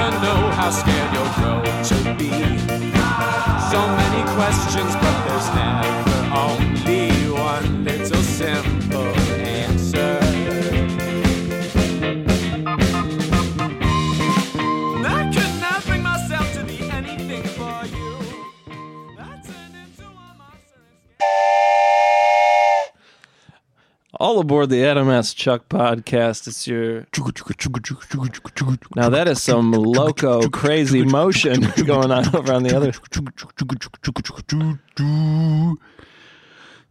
how scared you'll grow to be. So many questions, but there's never only one little simple answer. And I could not bring myself to be anything for you. I turned into a monster and scared. All aboard the Adam S. Chuck podcast. It's your. Now that is some loco, crazy motion going on over on the other.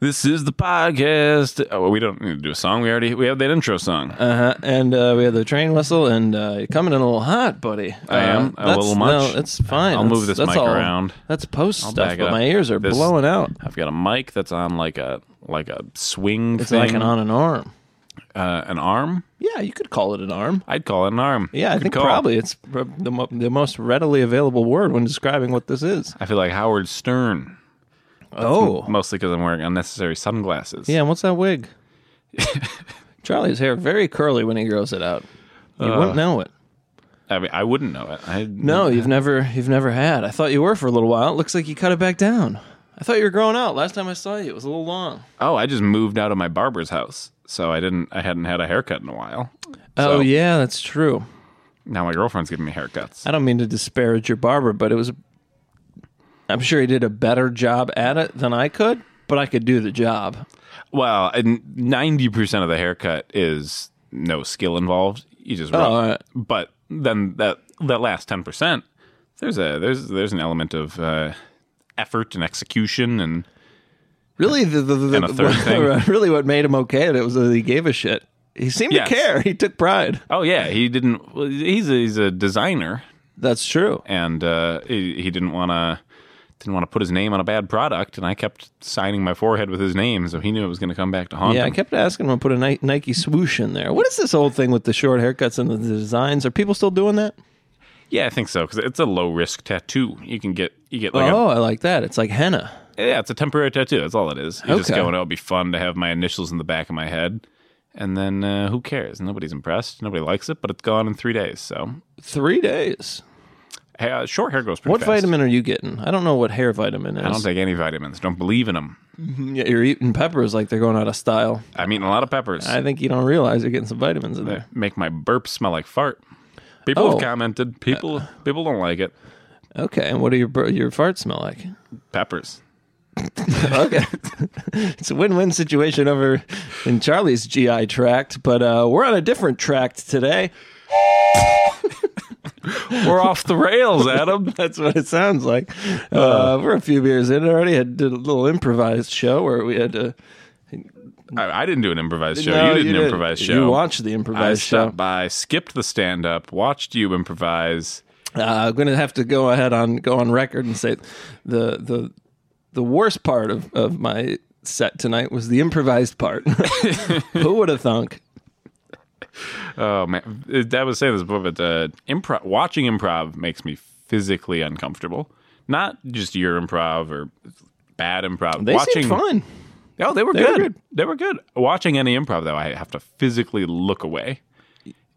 This is the podcast. Oh, we don't need to do a song. We already we have that intro song. Uh huh. And uh, we have the train whistle, and uh, you're coming in a little hot, buddy. I am. Uh, A that's- little much. No, it's fine. I'll That's- move this that's mic all- around. That's post stuff, back it but up. my ears are This- blowing out. I've got a mic that's on like a like a swing It's thing. like an on an arm. uh, an arm. Yeah, you could call it an arm. I'd call it an arm. Yeah, I Good think call. probably it's pr- the, mo- the most readily available word when describing what this is. I feel like Howard Stern, Oh, mostly because I'm wearing unnecessary sunglasses. yeah. And what's that wig? Charlie's hair very curly when he grows it out. You wouldn't know it. Mm. I mean, I wouldn't know it. I Uh, No, you've never, you've never had. I thought you were for a little while. It looks like you cut it back down. I thought you were growing out. Last time I saw you, it was a little long. Oh, I just moved out of my barber's house, so I didn't. I hadn't had a haircut in a while. Oh So- yeah, that's true. Now my girlfriend's giving me haircuts. I don't mean to disparage your barber, but it was. I'm sure he did a better job at it than I could, but I could do the job. Well, ninety percent of the haircut is no skill involved. You just rub. all right. But then that that last ten percent, there's a there's there's an element of uh, effort and execution and Really, the, the, the, And a third thing. really what made him okay at it was that he gave a shit. He seemed Yes. to care. He took pride. oh yeah, he didn't. well, He's a, he's a designer, That's true. and uh, he, he didn't want to didn't want to put his name on a bad product, and I kept signing my forehead with his name, so he knew it was going to come back to haunt Yeah, him. I kept asking him to put a Ni- Nike swoosh in there. What is this old thing with the short haircuts and the designs? Are people still doing that? Yeah, I think so because it's a low risk tattoo. You can get you get like oh, I like that. It's like henna. a yeah, it's a temporary tattoo. That's all it is. You're just Okay. going, oh, it'd be fun to have my initials in the back of my head, and then uh, who cares? Nobody's impressed. Nobody likes it, but it's gone in three days. So Three days. hey, uh, short hair grows pretty What fast. vitamin are you getting? I don't know what hair vitamin is. I don't take any vitamins. Don't believe in them. Yeah, you're eating peppers like they're going out of style. I'm eating a lot of peppers. I think you don't realize you're getting some vitamins in They there. make my burp smell like fart. People Oh. Uh, have commented. People people don't like it. Okay, and what do your bur- your farts smell like? Peppers. okay. it's a win-win situation over in Charlie's GI tract, but uh, we're on a different tract today. We're off the rails, Adam. That's what it sounds like. Uh, Uh-huh. we're a few beers in already. Had did a little improvised show where we had to. I, I didn't do an improvised show. No, you did an didn't. improvised show. You watched the I improvised show. stopped by, skipped the stand up, watched you improvise. Uh, I'm going to have to go ahead on go on record and say the the the worst part of, of my set tonight was the improvised part. Who would have thunk? Oh man, I was saying this before, but uh, improv, watching improv makes me physically uncomfortable. Not just your improv or bad improv. They watching, seemed fun. Oh, they were were good. good. They were good. Watching any improv though, I have to physically look away.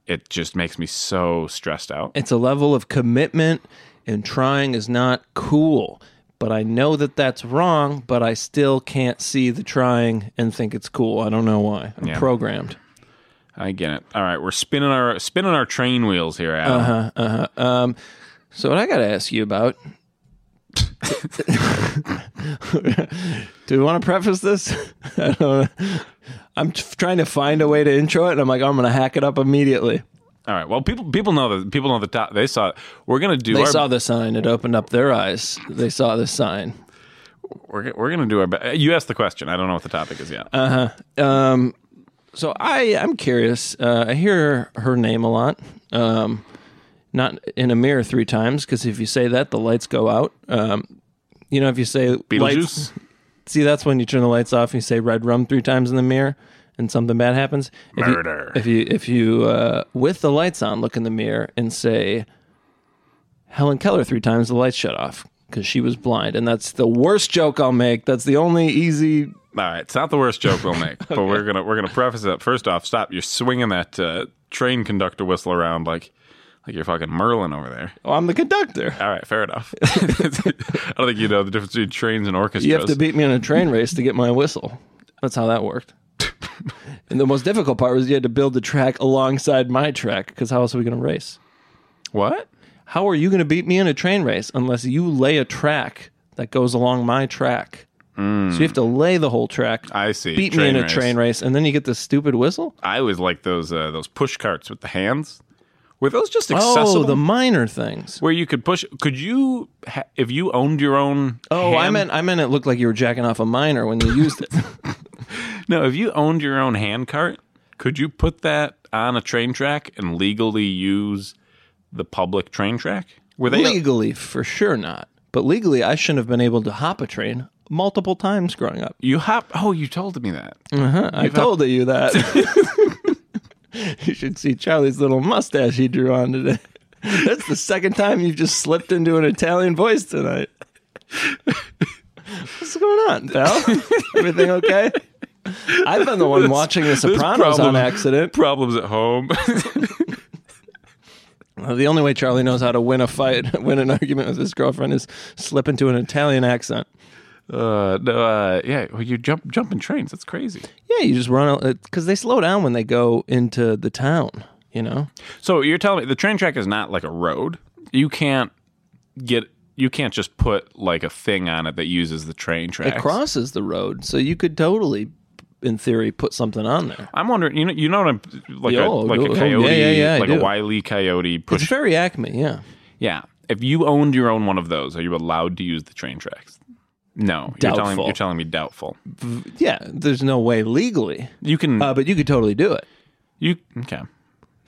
It just makes me so stressed out. it's a level of commitment and trying is not cool but i know that that's wrong but i still can't see the trying and think it's cool i don't know why i'm Yeah. programmed I get it. All right, we're spinning our spinning our train wheels here, Adam. Uh-huh. so what i got to ask you about do we want to preface this i don't know i'm t- trying to find a way to intro it and i'm like "Oh, i'm gonna hack it up immediately All right. Well, people people know the people know the top. They saw. We're gonna do. they our, saw the sign it opened up their eyes they saw the sign We're, we're gonna do our best. You asked the question. I don't know what the topic is yet. Uh, Um, so I I'm curious. Uh, I hear her name a lot. Um, not in a mirror three times because if you say that, the lights go out. Um, you know, if you say lights, Beetlejuice. see that's when you turn the lights off. and You say red rum three times in the mirror, and something bad happens. If you- Murder. if you if you uh, with the lights on, look in the mirror and say Helen Keller three times, the lights shut off because she was blind, and that's the worst joke I'll make. That's the only easy All right. It's not the worst joke we'll make, but we're gonna we're gonna preface it. First off, stop. You're swinging that uh, train conductor whistle around like Like you're fucking Merlin over there. Oh, I'm the conductor. All right, fair enough. I don't think you know the difference between trains and orchestras. You have to beat me in a train race to get my whistle. That's how that worked. and the most difficult part was you had to build the track alongside my track because how else are we going to race? what? How are you going to beat me in a train race unless you lay a track that goes along my track? So you have to lay the whole track, I see. beat me Train in a race. train race, and then you get this stupid whistle. I always like those uh, those push carts with the hands. Were those just Oh, accessible? the minor things. where you could push? Could you ha- if you owned your own? Oh, I hand- meant I meant it looked like you were jacking off a minor when you used it. no. If you owned your own hand cart, could you put that on a train track and legally use the public train track? Were they legally, for sure not. But legally, I shouldn't have been able to hop a train multiple times growing up. you hop? Oh, you told me that. Mm. I told you that. you should see Charlie's little mustache he drew on today. That's the second time you've just slipped into an Italian voice tonight. What's going on, pal? Everything okay? I've been the one watching The Sopranos on problem- accident. Problems at home. Well, The only way Charlie knows how to win a fight, win an argument with his girlfriend, is slip into an Italian accent. Uh, no, uh, yeah. Well, you jump jumping trains. That's crazy. Yeah, you just run out because they slow down when they go into the town. You know, So you're telling me the train track is not like a road. You can't get. You can't just put like a thing on it that uses the train tracks. it crosses the road, so you could totally, in theory, put something on there. I'm wondering. You know. You know what I'm like Yeah, a oh, like oh, a yeah, coyote, yeah, yeah, I like a do. wily coyote It's push. very Acme, yeah. Yeah. If you owned your own one of those, are you allowed to use the train tracks? No, you're telling Doubtful. you're telling me doubtful. Yeah, there's no way legally, You can uh, but you could totally do it. you okay.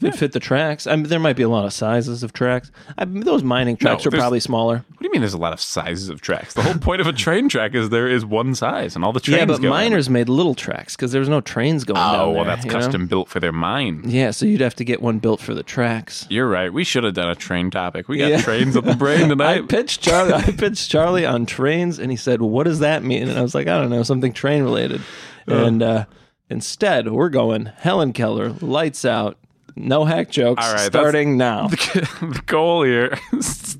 If it fit the tracks, I mean, there might be a lot of sizes of tracks. I mean, those mining tracks are there's- probably smaller. What do you mean? There's a lot of sizes of tracks. The whole point of a train track is there is one size, and all the trains. Yeah, but go in. miners made little tracks because there was no trains going. Oh, down well, there, that's you know? custom built for their mine. Yeah, so you'd have to get one built for the tracks. You're right. We should have done a train topic. We got Yeah. trains on the brain I tonight. pitched Charlie. I pitched Charlie on trains, and he said, "What does that mean?" And I was like, "I don't know, something train related." And uh, instead, we're going Helen Keller, lights out, no hack jokes, All right, that's- starting now. the goal here is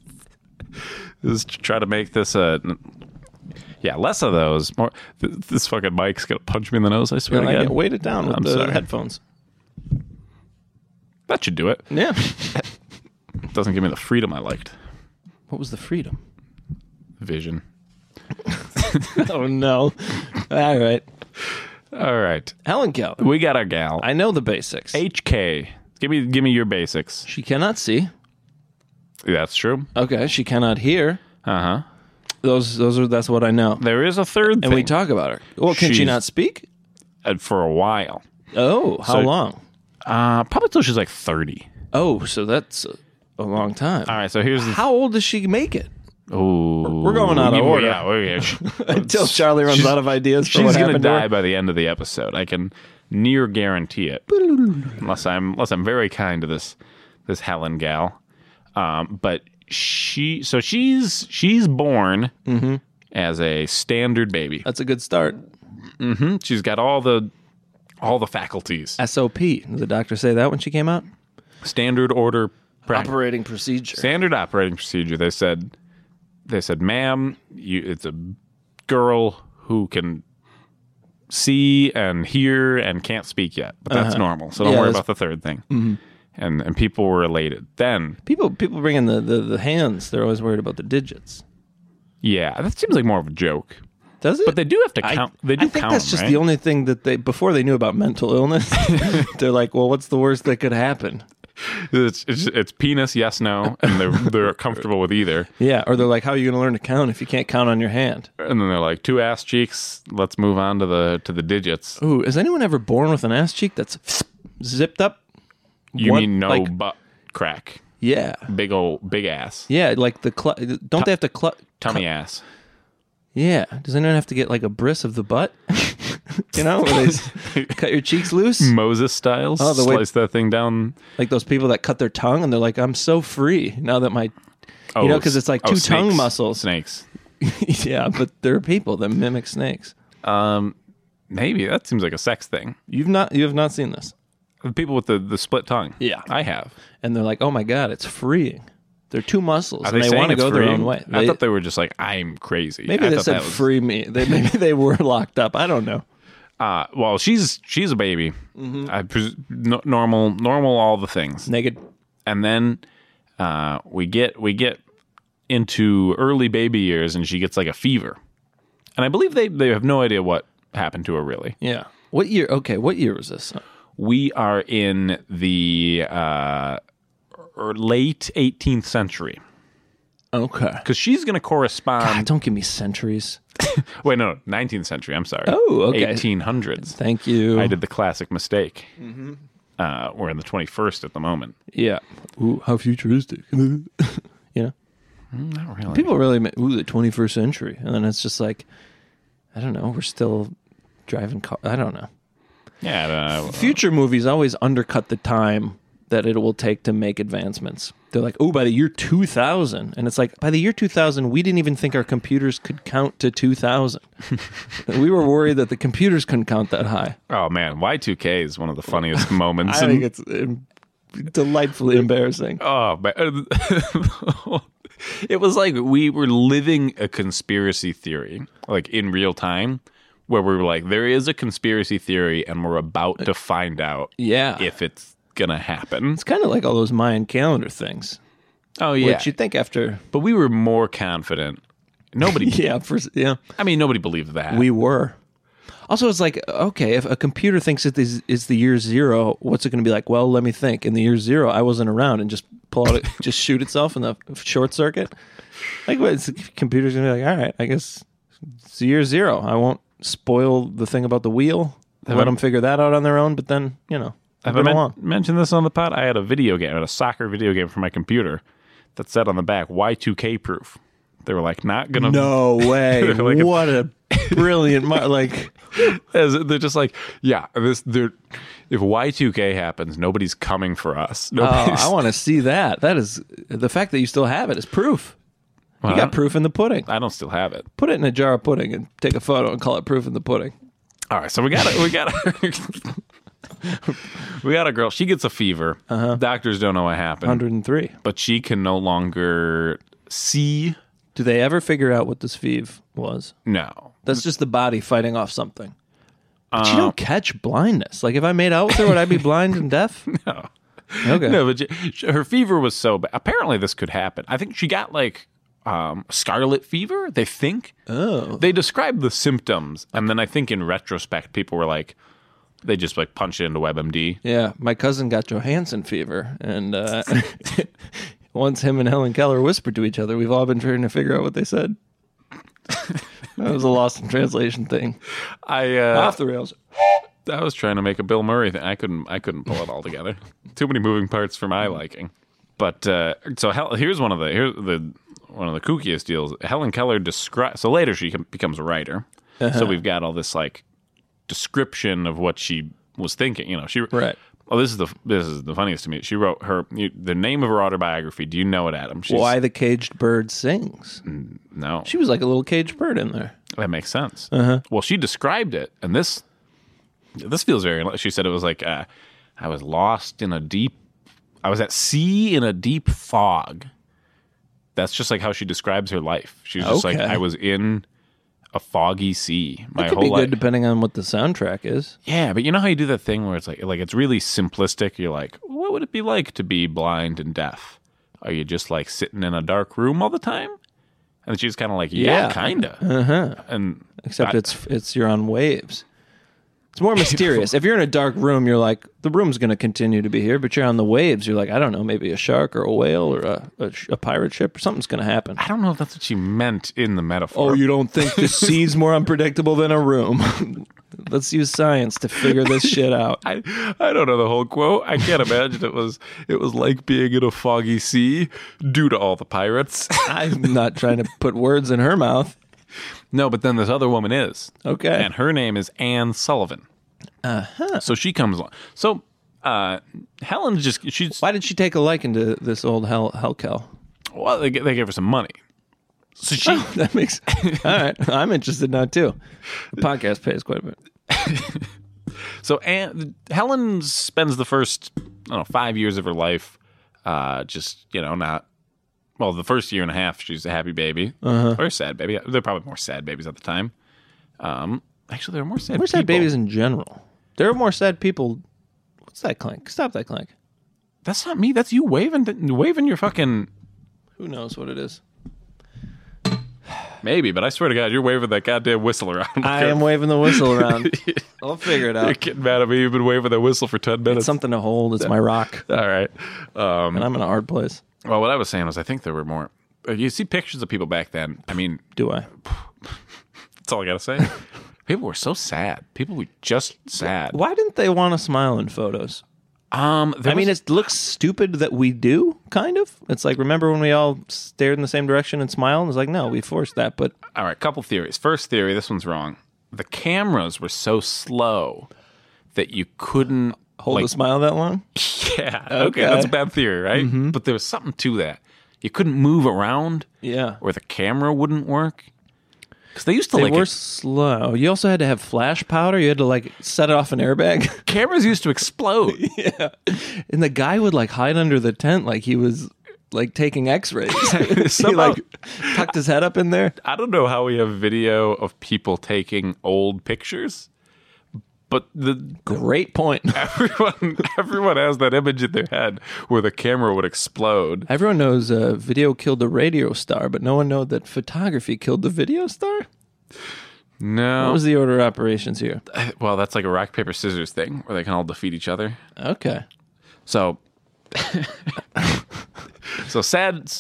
is to try to make this a. Yeah, less of those. More. th- This fucking mic's gonna punch me in the nose. I swear And to I God. get weighted down with I'm the sorry. headphones. That should do it. Yeah. Doesn't give me the freedom I liked. What was the freedom? Vision. oh no! All right, All right, Helen Keller. we got our gal. I know the basics. HK. Give me, give me your basics. She cannot see. That's true. Okay, she cannot hear. Uh huh. Those, those are. That's what I know. There is a third And thing we talk about her. Well, can she She's- not speak? uh, for a while. Oh, how So- long? Uh, probably till she's like thirty. Oh, so that's a, a long time. All right, so here's the How old does she make it? Ooh. We're going out of order. Yeah, we're- yeah. She- Until Charlie runs out of ideas for she's what gonna happened to her. die by the end of the episode. I can near guarantee it, unless I'm unless I'm very kind to this this Helen gal. Um, but she, so she's she's born as a standard baby. That's a good start. She's got all the all the faculties, SOP. Did the doctor say that when she came out? standard order. Practice. Operating procedure. standard operating procedure. They said, they said, ma'am, you, it's a girl who can see and hear and can't speak yet, but that's normal. So don't Uh-huh. Yeah, worry that's- Mm-hmm. about the third thing. And and people were elated. Then, people people bring in the, the, the hands. They're always worried about the digits. yeah, that seems like more of a joke. Does it? But they do have to count. they do I think count. that's just right? the only thing that they before they knew about mental illness. they're like, well, what's the worst that could happen? it's, it's, it's penis, yes, no, and they're they're comfortable with either. Yeah, or they're like, how are you going to learn to count if you can't count on your hand? And then they're like, two ass cheeks. Let's move on to the to the digits. Ooh, is anyone ever born with an ass cheek that's zipped up? You What- mean no like- butt crack, Yeah, big old big ass. yeah. Like the cl- don't they have to cl- tummy ass. Yeah. Does anyone have to get like a bris of the butt? you know, where they s- cut your cheeks loose? Moses Styles Oh, the way- slice that thing down. Like those people that cut their tongue and they're like, I'm so free now that my. Oh, know, 'cause it's like two two tongue muscles. Snakes. yeah, but there are people that mimic snakes. Maybe that seems like a sex thing. You've not, you have not seen this. The people with the, the split tongue. Yeah. I have. and they're like, "Oh my god, it's freeing." They're two muscles, Are and they saying want to it's go their free? own way. I They- thought they were just like, I'm crazy. maybe I they thought said that was- "free me." They, maybe they were locked up. I don't know. Uh, well, she's she's a baby. Mm-hmm. I pres- no, normal, normal, all the things. Naked. and then uh, we get we get into early baby years, and she gets like a fever, and I believe they they have no idea what happened to her really. Yeah. What year? Okay, what year was this? We are in the uh, er- late 18th century Okay. because she's going to Ah, correspond. don't give me centuries. Wait, no, 19th century. I'm sorry. Oh, okay. 1800s. Thank you. I did the classic mistake. Uh, we're in the 21st at the moment. Yeah. Ooh, how futuristic. you know, Not really. people really ma- ooh the 21st century, and then it's just like, I don't know. We're still driving car. I don't know. yeah, uh, I don't know. Future movies always undercut the time that it will take to make advancements. They're like, oh, by the year 2000. And it's like, by the year 2000, we didn't even think our computers could count to 2000. we were worried that the computers couldn't count that high. oh man, Y2K is one of the funniest moments. I in- think it's um, delightfully embarrassing. Oh, man. it was like we were living a conspiracy theory, like in real time, where we were like, there is a conspiracy theory and we're about to find out Yeah. if it's going to happen. It's kind of like all those Mayan calendar things, Oh, which yeah. you'd think after. but we were more confident. Nobody, Yeah, for, yeah. I mean, nobody believed that. We were. Also, it's like, okay, if a computer thinks it is, is the year zero, what's it going to be like? Well, let me think. In the year zero, I wasn't around and just pull out, it, just shoot itself in the short circuit. Like, what, it's, computer's going to be like, all right, I guess it's the year zero. I won't spoil the thing about the wheel. let I- them figure that out on their own, but then, you know, Have I move men- along. mentioned this on the pod? I had a video game, I had a soccer video game for my computer that said on the back, Y2K proof. They were like, not going to. No way. Like a- what a brilliant, mar- like, As they're just like, yeah, this they're if Y two K happens, nobody's coming for us. oh, Nobody's, I want to see that. That is the fact that you still have it is proof. You Huh? got proof in the pudding. I don't still have it. put it in a jar of pudding and take a photo and call it proof in the pudding. All right, so we got it. We got it. we got a girl. She gets a fever. Uh-huh. Doctors don't know what happened, 103. but she can no longer see. Do they ever figure out what this Vive was? No, That's just the body fighting off something. But you Uh, don't catch blindness. Like if I made out with her, would I be blind and deaf? no, Okay. no. But she, her fever was so bad. Apparently, this could happen. I think she got like um, scarlet fever. They think. Oh. they described the symptoms, and then I think in retrospect, people were like, they just like punch it into WebMD. Yeah, my cousin got Johansson fever, and uh, once him and Helen Keller whispered to each other, we've all been trying to figure out what they said. that was a lost in translation thing. I uh, Off the rails. I was trying to make a Bill Murray thing. I couldn't I couldn't pull it all together. Too many moving parts for my liking. But uh, so Hel- here's one of the here's the one of the kookiest deals. Helen Keller describes. So later she com- becomes a writer. So we've got all this like description of what she was thinking. You know, she Right. Oh, this is the this is the funniest to me. She wrote her you, the name of her autobiography. Do you know it, Adam? She's, Why the caged bird sings. No. She was like a little caged bird in there. That makes sense. Uh-huh. Well, she described it, and this this feels very. She said it was like uh, I was lost in a deep. I was at sea in a deep fog. That's just like how she describes her life. She's just like Okay. I was in a foggy sea my Could whole be life. good depending on what the soundtrack is. yeah, but you know how you do that thing where it's like like it's really simplistic. You're like, what would it be like to be blind and deaf? Are you just like sitting in a dark room all the time? And she's kind of like, yeah, Yeah. Uh-huh. kinda. And Except I- it's it's you're on waves. It's more mysterious. if you're in a dark room, you're like the room's going to continue to be here, but you're on the waves. You're like I don't know, maybe a shark or a whale or a a, sh- a pirate ship or something's going to happen. I don't know if that's what she meant in the metaphor. Oh, you don't think the sea's more unpredictable than a room? Let's use science to figure this shit out. I, I don't know the whole quote. I can't imagine it was it was like being in a foggy sea due to all the pirates. I'm not trying to put words in her mouth. no, but then this other woman is. Okay. And her name is Anne Sullivan. Uh-huh. So she comes along. So uh Helen's just she's Why did she take a liking to this old hell hellkel? well, they, g- they gave her some money. So she That makes all right. I'm interested now too. The podcast pays quite a bit. So Anne, Helen spends the first I don't know five years of her life, uh, just you know not. Well, the first year and a half, she's a happy baby Uh-huh. or a sad baby. They're probably more sad babies at the time. Um, actually, there are more sad. We're sad people. babies in general. There are more sad people. What's that clank? Stop that clank. That's not me. That's you waving, waving your fucking Who knows what it is? maybe. But I swear to God, you're waving that goddamn whistle around. I am waving the whistle around. I'll figure it You're out. getting mad at me. You've been waving that whistle for ten minutes. It's something to hold. It's my rock, All right. Um, and I'm in a hard place. Well, what I was saying was, I think there were more. uh, You see pictures of people back then. I mean, Do I? that's all I gotta say. people were so sad. People were just sad. Why didn't they want to smile in photos? Um, I mean, it looks stupid that we do, kind of. It's like, remember when we all stared in the same direction and smiled? It's like, no, we forced that, but all right. Couple theories. First theory. This one's wrong. The cameras were so slow that you couldn't hold like, a smile that long? Yeah. Okay. That's a bad theory, right? Mm-hmm. But there was something to that. You couldn't move around, Yeah. or the camera wouldn't work. Because they used to They like were slow. You also had to have flash powder. You had to like set it off an airbag. cameras used to explode. And the guy would like hide under the tent like he was like taking x rays. he Somehow- like tucked his head up in there. I don't know how we have video of people taking old pictures, but the Great point. everyone everyone has that image in their head where the camera would explode. Everyone knows uh, video killed the radio star, but no one knows that photography killed the video star. What No, was the order of operations here? well, that's like a rock paper scissors thing where they can all defeat each other. Okay. So, so sad,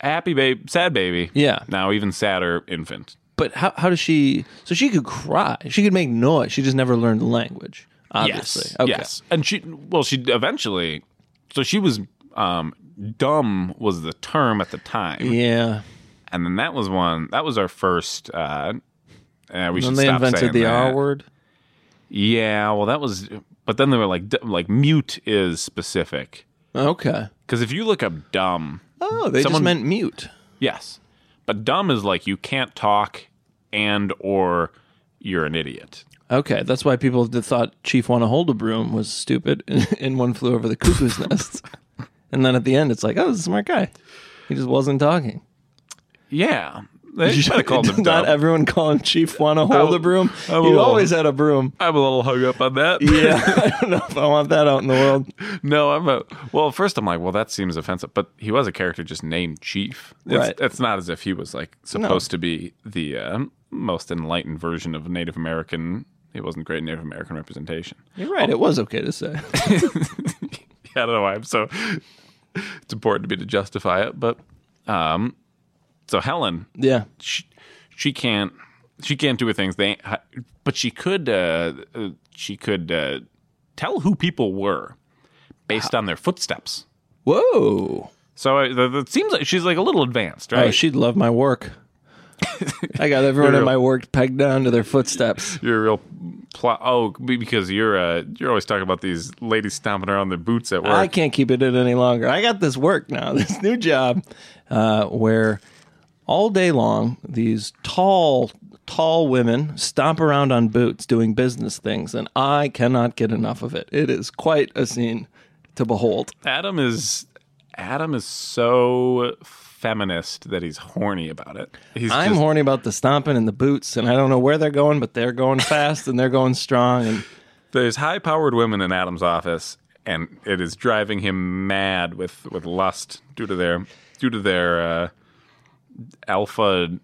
happy baby, sad baby. Yeah. Now even sadder infant. But how, how does she? So she could cry. She could make noise. She just never learned the language. Obviously. Yes. Okay. Yes. And she, well, she eventually, so she was, um, dumb was the term at the time. Yeah. And then that was one. That was our first. Uh, uh, we Then should they stop saying invented the that. R word. Yeah, well, that was. But then they were like, d- like mute is specific Okay. because if you look up dumb, Oh, they Someone- just meant mute. yes, but dumb is like you can't talk and or you're an idiot. Okay, that's why people that thought Chief Want to Hold a Broom was stupid in One Flew Over the Cuckoo's Nest. And then at the end, it's like, oh, this is a smart guy. He just wasn't talking. Yeah, they should have called him Not dumb. everyone call him Chief Want to Hold will- a Broom. I He will. always had a broom. I'm a little hung up on that. Yeah, I don't know if I want that out in the world. no, I'm a. Well, first I'm like, well, that seems offensive, but he was a character just named Chief. It's, Right. it's not as if he was like supposed to be the uh, most enlightened version of Native American. It wasn't great Native American representation. You're right. It was okay to say. Yeah, I don't know why I'm so. It's important to me to justify it, but um, so Helen, Yeah. she, she can't she can't do her things. They, but she could uh, uh, she could uh, tell who people were based on their footsteps. Whoa. So uh, th- th- it seems like she's like a little advanced, right? Oh, she'd love my work. I got everyone in real. my work pegged down to their footsteps. you're a real plot. Oh, be- because you're uh, you're always talking about these ladies stomping around their boots at work. I can't keep it in any longer. I got this work now, this new job, uh, where all day long these tall, tall women stomp around on boots doing business things, and I cannot get enough of it. It is quite a scene to behold. Adam is Adam is so feminist that he's horny about it. He's I'm just, horny about the stomping and the boots, and I don't know where they're going, but they're going fast and they're going strong. And there's high powered women in Adam's office, and it is driving him mad with with lust due to their due to their uh, alpha.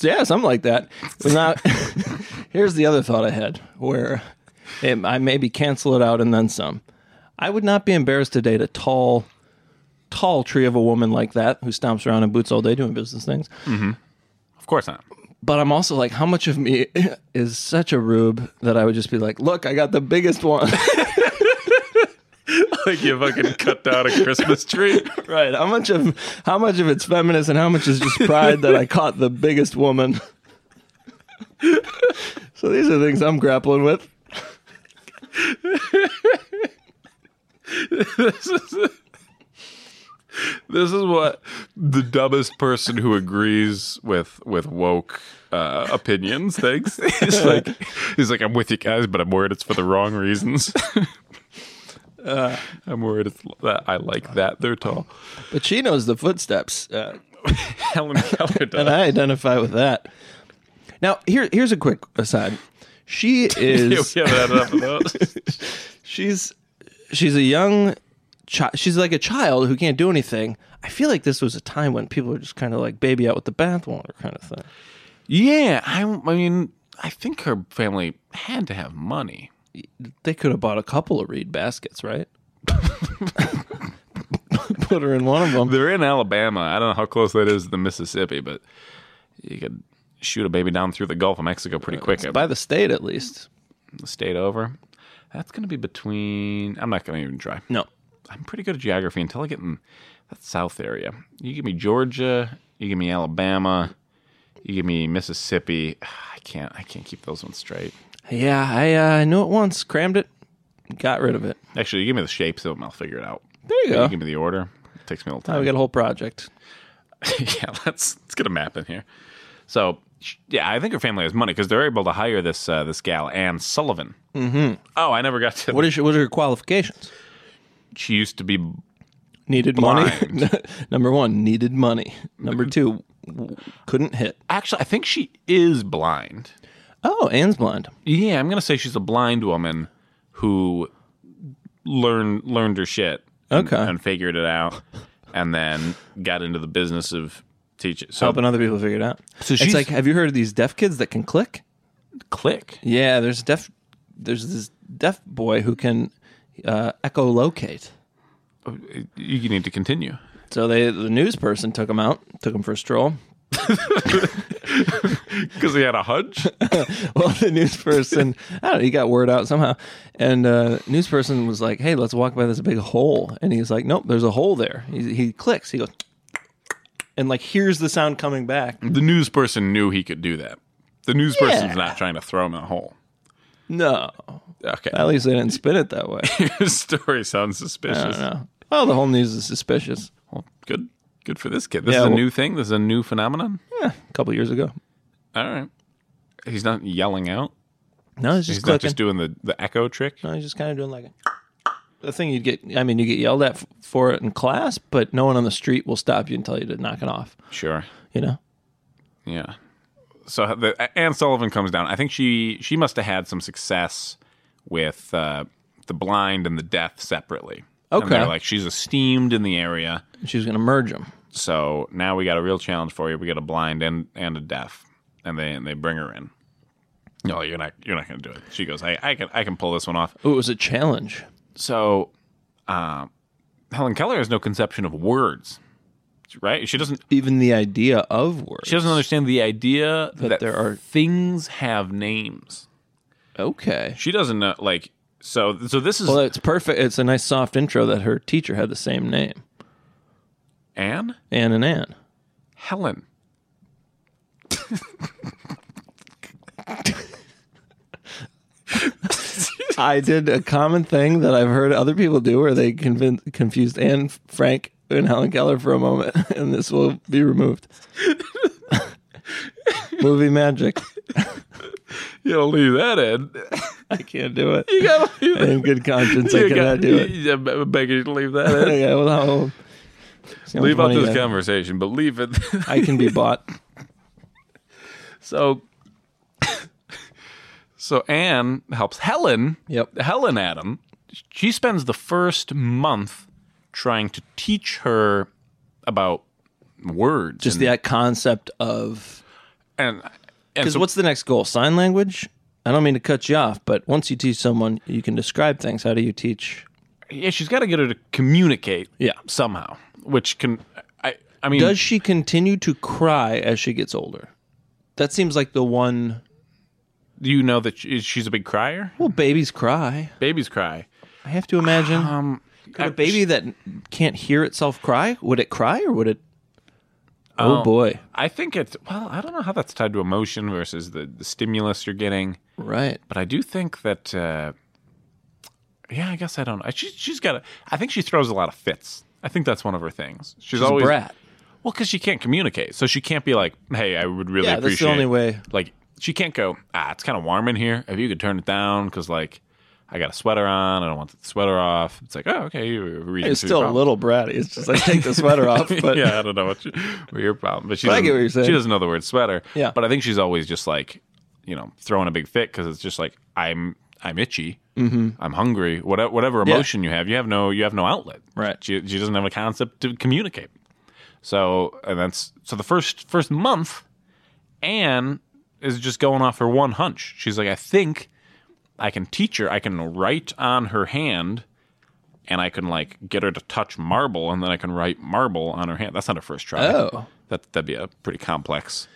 yeah, something like that. So now, here's the other thought I had, where it, I maybe cancel it out and then some. I would not be embarrassed to date a tall, tall tree of a woman like that who stomps around in boots all day doing business things. Of course not. But I'm also like, how much of me is such a rube that I would just be like, look, I got the biggest one. like you fucking cut down a Christmas tree. right? How much of how much of it's feminist and how much is just pride that I caught the biggest woman? so these are things I'm grappling with. This is what the dumbest person who agrees with with woke uh, opinions thinks. He's like, he's like, I'm with you guys, but I'm worried it's for the wrong reasons. Uh, I'm worried it's that I like that they're tall. But she knows the footsteps, uh, Helen Keller and does. I identify with that. Now, here, here's a quick aside. She Yeah, is we haven't had enough of those. she's she's a young child. She's like a child who can't do anything. I feel like this was a time when people were just kind of like baby out with the bathwater kind of thing. Yeah, I, I mean, I think her family had to have money. They could have bought a couple of reed baskets, right? Put her in one of them. They're in Alabama. I don't know how close that is to the Mississippi, but you could shoot a baby down through the Gulf of Mexico pretty quick. I By the state, at least. the state over. That's going to be between. I'm not going to even try. No. I'm pretty good at geography until I get in that south area. You give me Georgia. You give me Alabama. You give me Mississippi. I can't. I can't keep those ones straight. Yeah, I uh, knew it once, crammed it, got rid of it. Actually, you give me the shapes of them. I'll figure it out. There you go. You give me the order. It takes me a little Now time. we got a whole project. yeah, let's let's get a map in here. So, sh- yeah, I think her family has money because they're able to hire this uh, this gal Anne Sullivan. Mm-hmm. Oh, I never got to. What is your, what are your qualifications? she used to be? Needed money. Number one, needed money. Number two, w- couldn't hit. Actually, I think she is blind. Oh, Anne's blind. Yeah, I'm gonna say she's a blind woman who learned learned her shit. and- Okay. and figured it out, and then got into the business of teaching. So Helping other people figure it out. So it's she's- like, have you heard of these deaf kids that can click? click. Yeah, there's deaf. There's this deaf boy who can uh, echolocate. You need to continue. So they, the news person took him out, took him for a stroll. Because he had a hunch. well, the news person, I don't know, he got word out somehow. And uh, news person was like, hey, let's walk by this big hole. And he's like, nope, there's a hole there. He, he clicks, he goes, and like hears the sound coming back. the news person knew he could do that. The news Yeah. person's not trying to throw him in a hole. No. Okay. At least they didn't spin it that way. Your story sounds I don't suspicious. know. Well, the whole news is suspicious. Well, good. Good for this kid. This Yeah, is a well- new thing. This is a new phenomenon. Yeah, a couple years ago. All right. He's not yelling out. No, he's just He's not clicking. just doing the, the echo trick. no, he's just kind of doing like a. The thing you'd get, I mean, you get yelled at f- for it in class, but no one on the street will stop you and tell you to knock it off, Sure. you know? Yeah. So uh, the, Anne Sullivan comes down. I think she she must have had some success with uh, the blind and the deaf separately. And Okay. they're like she's esteemed in the area. She's going to merge them. So now we got a real challenge for you. We got a blind and and a deaf, and they and they bring her in. No, you're not. You're not going to do it. She goes, I, I can. I can pull this one off. Oh, it was a challenge. So, uh, Helen Keller has no conception of words, right? She doesn't. even the idea of words. She doesn't understand the idea that, there are- things have names. okay. She doesn't know. Like so. So this is Well, it's perfect. It's a nice soft intro that her teacher had the same name, Anne Anne and Anne. Helen. I did a common thing that I've heard other people do, where they convin confused Anne Frank and Helen Keller for a moment, and this will be removed. Movie magic. You don't leave that in. I can't do it. You gotta leave that. In good conscience, I you cannot do it. Yeah, I'm begging you to leave that in. Okay, well, I'll- See how Leave much out money this I- conversation, but leave it. I can be bought. so, so Anne helps Helen. Yep. Helen Adam. She spends the first month trying to teach her about words. Just and, the concept of and, and Because so, what's the next goal? Sign language? I don't mean to cut you off, but once you teach someone, you can describe things. How do you teach? yeah, she's got to get her to communicate. Yeah. Somehow, which can I. I mean, Does she continue to cry as she gets older? That seems like the one. do you know that she- she's a big crier? Well, babies cry. Babies cry. I have to imagine. Um, Could a baby that can't hear itself cry, would it cry or would it? Oh, boy. I think it's well. I don't know how that's tied to emotion versus the, the stimulus you're getting. Right. but I do think that, uh, yeah, I guess I don't know. She, she's got. A, I think she throws a lot of fits. I I think that's one of her things. She's, She's always a brat. Well, because she can't communicate, so she can't be like, "Hey, I would really Yeah, that's appreciate." the only way. Like, she can't go. Ah, it's kind of warm in here. If you could turn it down, because like, I got a sweater on. I don't want the sweater off. It's like, oh, okay. You're reading It's through your still a problem. little bratty. It's just like take the sweater off, but yeah, I don't know what, you, what your problem, but she But I get doesn't- what you're saying. She doesn't know the word sweater. Yeah. but I think she's always just like, you know, throwing a big fit because it's just like I'm I'm itchy, mm-hmm. I'm hungry, whatever whatever emotion you have, you have no you have no outlet. Right. She she doesn't have a concept to communicate. So and that's so the first first month, Anne is just going off her one hunch. She's like, I think I can teach her. I can write on her hand and I can like get her to touch marble, and then I can write marble on her hand. That's not her first try. Oh. that that'd be a pretty complex.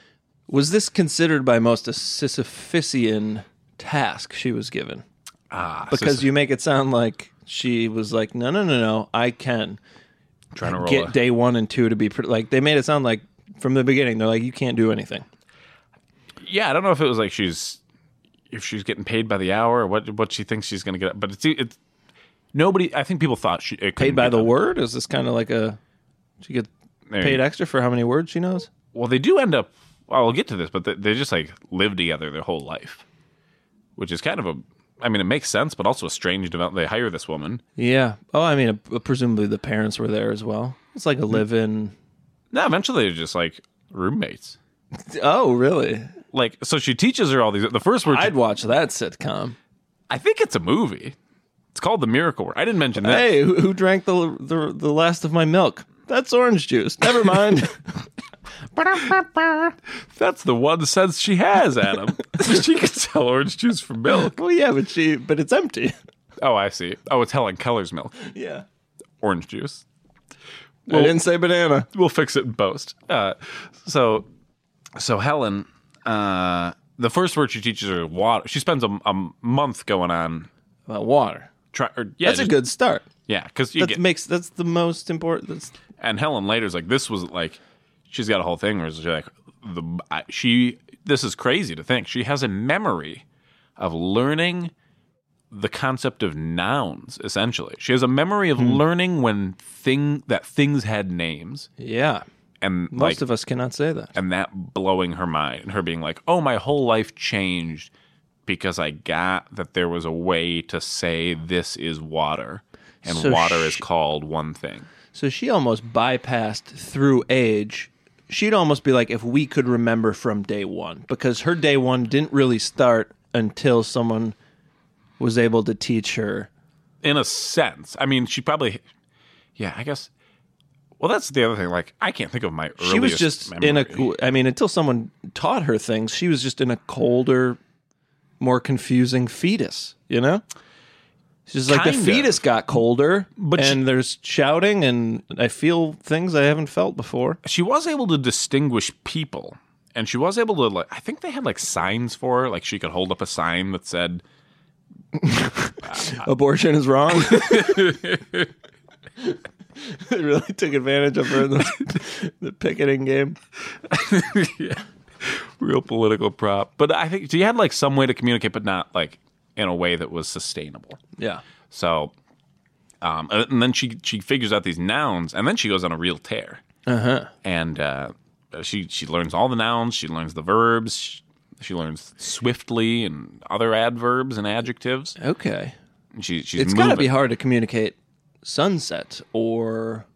was this considered by most a Sisyphusian task she was given? Ah, Because you make it sound like she was like, no, no, no, no, I can trying to roll. get a- day one and two to be pretty. Like they made it sound like from the beginning, they're like, you can't do anything. yeah, I don't know if it was like she's if she's getting paid by the hour or what what she thinks she's gonna get. But it's it's nobody. I think people thought she it Paid couldn't by be the done. word? Is this kind of like a she get Maybe. paid extra for how many words she knows? Well, they do end up. Well, we'll get to this, but they, they just like live together their whole life, which is kind of a. I mean, it makes sense, but also a strange development. They hire this woman. Yeah. Oh, I mean, uh, presumably the parents were there as well. It's Hmm. like a live-in. Now, eventually, they're just like roommates. Oh, really? like so she teaches her all these the first word she- I'd watch that sitcom. i think it's a movie it's called the miracle word i didn't mention that Hey, who who drank the the, the last of my milk? That's orange juice. Never mind. that's the one sense she has adam she can tell orange juice from milk well, yeah, but she but it's empty. oh i see oh it's helen keller's milk Yeah. orange juice I didn't say banana. we'll fix it and boast uh, so so helen uh, the first word she teaches her is water she spends a, a month going on About water. try, or, yeah That's a just- good start. yeah because you That get makes that's the most important. That's, And Helen later's like, this was like, she's got a whole thing where she's like, the I, she. This is crazy to think. She has a memory of learning the concept of nouns. Essentially, she has a memory of Hmm. learning when thing that things had names, yeah. and Most like, of us cannot say that. and that blowing her mind, and her being like, oh, my whole life changed because I got that there was a way to say this is water, and So water she- is called one thing. So she almost bypassed through age. She'd almost be like if we could remember from day one, because her day one didn't really start until someone was able to teach her. in a sense. I mean, she probably, yeah, I guess. Well, that's the other thing. Like, I can't think of my. Earliest She was just in memory. a. I mean, until someone taught her things, she was just in a colder, more confusing fetus. You know, she's like Kind the of. fetus got colder, But she- and there's shouting, and I feel things I haven't felt before. She was able to distinguish people, and she was able to like. I think they had like signs for her. Like she could hold up a sign that said, abortion is wrong. they really took advantage of her in the, the picketing game. "Real political prop." But I think she had like some way to communicate, but not like in a way that was sustainable. Yeah. So, um, and then she she figures out these nouns, and then she goes on a real tear. Uh-huh. And uh, she she learns all the nouns. She learns the verbs. She, she learns swiftly and other adverbs and adjectives. Okay. And she she's It's got moving. to be hard to communicate sunset or,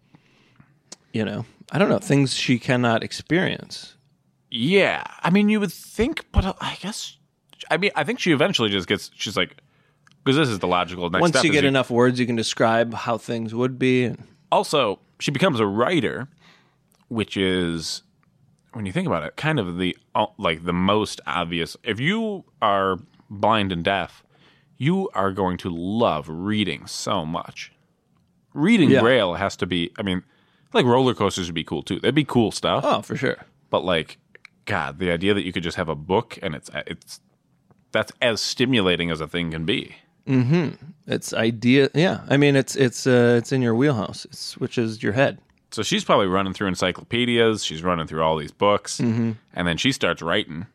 you know, I don't know, things she cannot experience. Yeah, I mean, you would think, but I guess, I mean, I think she eventually just gets. She's like, because this is the logical next Once step. you is get enough words, you can describe how things would be. And, also she becomes a writer which is when you think about it kind of the uh, like the most obvious if you are blind and deaf you are going to love reading so much reading Yeah. braille has to be i mean like roller coasters would be cool too that'd be cool stuff oh, for sure. but like god the idea that you could just have a book and it's it's that's as stimulating as a thing can be It's idea. Yeah. I mean, it's it's uh, it's in your wheelhouse, it's, which is your head. So she's probably running through encyclopedias. She's running through all these books, Mm-hmm. and then she starts writing.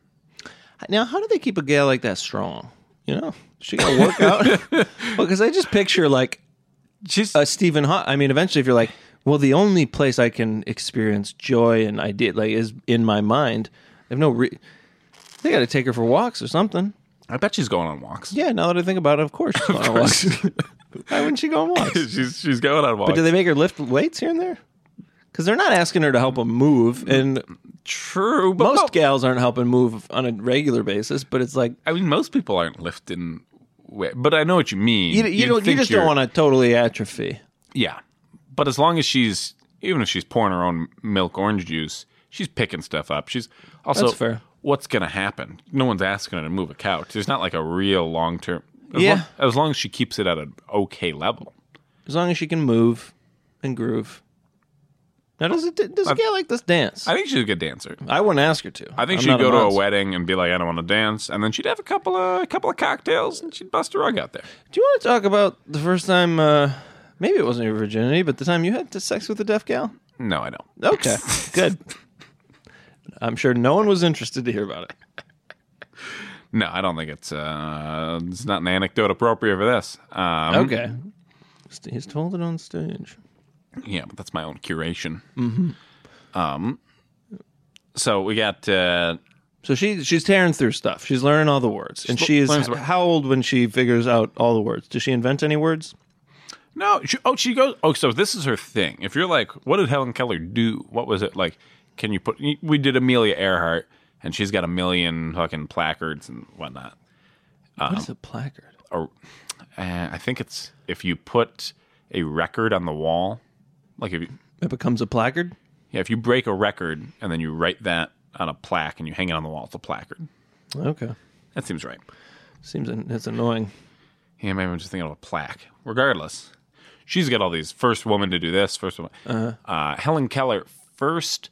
Now, how do they keep a gal like that strong? You know, she got to work out. well, because I just picture like She's Uh, uh, a Stephen Haw. I mean, eventually, if you're like, well, the only place I can experience joy and idea like is in my mind. I have no. Re- they got to take her for walks or something. I bet she's going on walks. Yeah, now that I think about it, of course. she's going on walks. Why wouldn't she go on walks? she's she's going on walks. Do they make her lift weights here and there? Because they're not asking her to help them move, and True, but most most gals aren't helping move on a regular basis. But it's like I mean most people aren't lifting. weight, But I know what you mean. you, you don't, you just don't want to totally atrophy. to. Yeah, but as long as she's even if she's pouring her own milk orange juice, she's picking stuff up. She's also That's fair. What's gonna happen? No one's asking her to move a couch. There's not like a real long term. Yeah. as long as she keeps it at an okay level. As long as she can move and groove. Now, does it does a gal like this dance? I think she's a good dancer. I wouldn't ask her to. I think I'm she'd not go to a monster. wedding and be like, "I don't want to dance," and then she'd have a couple of a couple of cocktails and she'd bust a rug out there. Do you want to talk about the first time? Uh, maybe it wasn't your virginity, but the time you had sex with a deaf gal. No, I don't. Okay, good. I'm sure no one was interested to hear about it. No, I don't think it's uh, it's not an anecdote appropriate for this. Um, Okay, he's told it on stage. Yeah, but that's my own curation. Mm-hmm. Um, so we got uh, So she she's tearing through stuff. She's learning all the words, and She's she is learning about- how old when she figures out all the words? Does she invent any words? no. She, oh, she goes. Oh, so this is her thing. If you're like, what did Helen Keller do? What was it like? Can you put? We did Amelia Earhart, and she's got a million fucking placards and whatnot. Uh-huh. what is a placard? Or uh, I think it's if you put a record on the wall, like if you It becomes a placard. Yeah, if you break a record and then you write that on a plaque and you hang it on the wall, it's a placard. Okay, That seems right. seems an- it's annoying. Yeah, maybe I'm just thinking of a plaque. Regardless, she's got all these first woman to do this, first woman. uh Helen Keller, first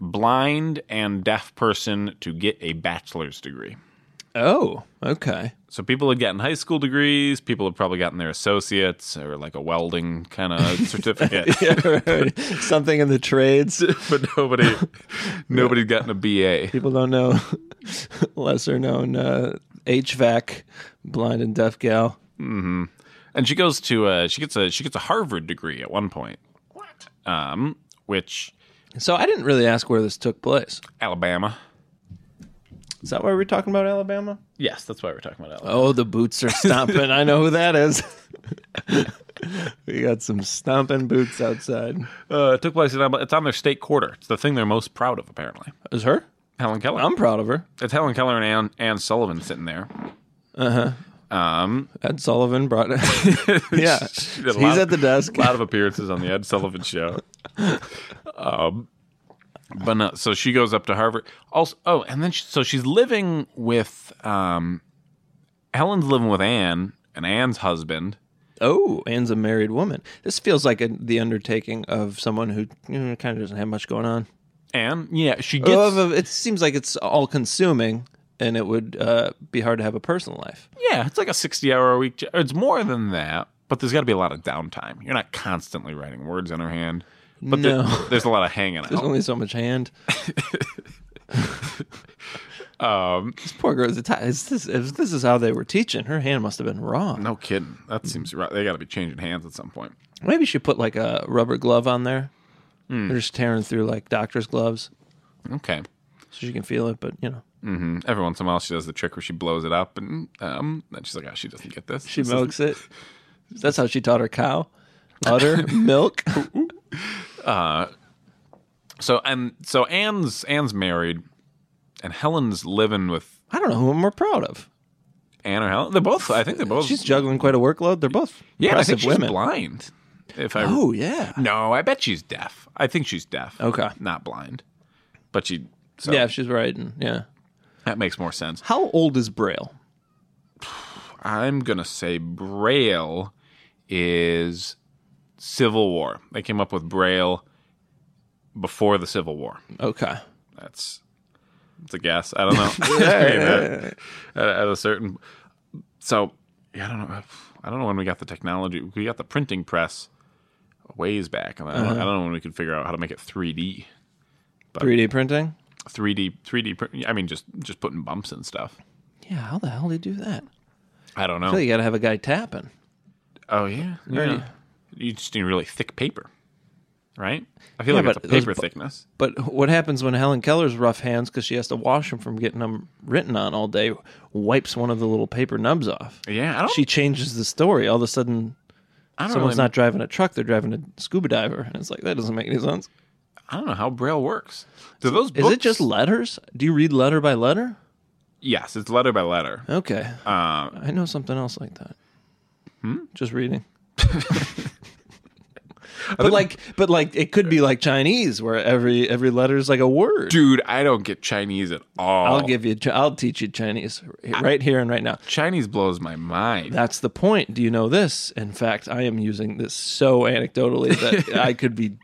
blind and deaf person to get a bachelor's degree. Oh, okay. So people had gotten high school degrees. People had probably gotten their associates or like a welding kind of certificate. Something in the trades. But nobody, nobody's gotten a BA. People don't know lesser known uh, HVAC blind and deaf gal. and she goes to uh, she gets a she gets a Harvard degree at one point. What? Um, which So I didn't really ask where this took place. Alabama? Is that why we're talking about Alabama? Yes, that's why we're talking about Alabama. Oh, the boots are stomping. I know who that is. we got some stomping boots outside. Uh, it took place in Alabama. It's on their state quarter. It's the thing they're most proud of, apparently. Is her? Helen Keller. I'm proud of her. it's Helen Keller and Ann, Ann Sullivan sitting there. Ed Sullivan brought it. yeah. She did a He's lot at the of- desk. A lot of appearances on the Ed Sullivan Show. Um, but no, so she goes up to Harvard. Also, oh, and then she, so she's living with um, Helen's living with Anne and Anne's husband. Oh, Anne's a married woman. This feels like a, the undertaking of someone who kind of doesn't have much going on. Anne, yeah, she gets Well, if- if- it seems like it's all consuming and it would uh, be hard to have a personal life. Yeah, it's like a 60 hour a week. jo- It's more than that, but there's got to be a lot of downtime. You're not constantly writing words in her hand. But there- No. there's a lot of hanging out. There's only so much hand. Um, This poor girl, is, is this, if this is how they were teaching, her hand must have been raw. no kidding. That seems right. They got to be changing hands at some point. Maybe she put like a rubber glove on there. Hmm. They're just tearing through like doctor's gloves Okay. so she can feel it, but you know, Mm, Every once in a while, she does the trick where she blows it up, and um, then she's like, "Oh, she doesn't get this." she This milks it. That's how she taught her cow. Utter milk. is- So and so Anne's Anne's married, and Helen's living with I don't know who I'm more proud of. Anne or Helen. They're both. I think they're both. She's juggling quite a workload. They're both yeah. I impressive think she's women. blind. If I Oh yeah. No, I bet she's deaf. I think she's deaf. Okay. Not blind. But she so Yeah, if she's right. And, yeah. that makes more sense. How old is Braille? I'm gonna say Braille is Civil War. They came up with Braille before the Civil War. Okay. That's it's a guess. I don't know. I mean, at- at, at a certain so yeah, I don't know. I don't know when we got the technology. We got the printing press a ways back, and I, don't, Uh-huh. I don't know when we could figure out how to make it 3D. 3D printing? 3D 3D print. I mean just just putting bumps and stuff. Yeah, how the hell do you do that? I don't know. Well, you got to have a guy tapping. oh yeah. yeah. Already- You just need really thick paper. right? I feel Yeah, like it's a but those paper bu- thickness. But what happens when Helen Keller's rough hands, because she has to wash them from getting them written on all day, wipes one of the little paper nubs off? Yeah, I don't. She changes the story. All of a sudden, I don't someone's really- not driving a truck; they're driving a scuba diver, and it's like that doesn't make any sense. I don't know how braille works. Do those? Is Books, it just letters? Do you read letter by letter? Yes, it's letter by letter. Okay, Hmm? Uh, I know something else like that. Just reading. but like, but like, it could be like Chinese, where every every letter is like a word. dude, I don't get Chinese at all. I'll give you. Chi- I'll teach you Chinese right here and right now. Chinese blows my mind. That's the point. Do you know this? In fact, I am using this so anecdotally that I could be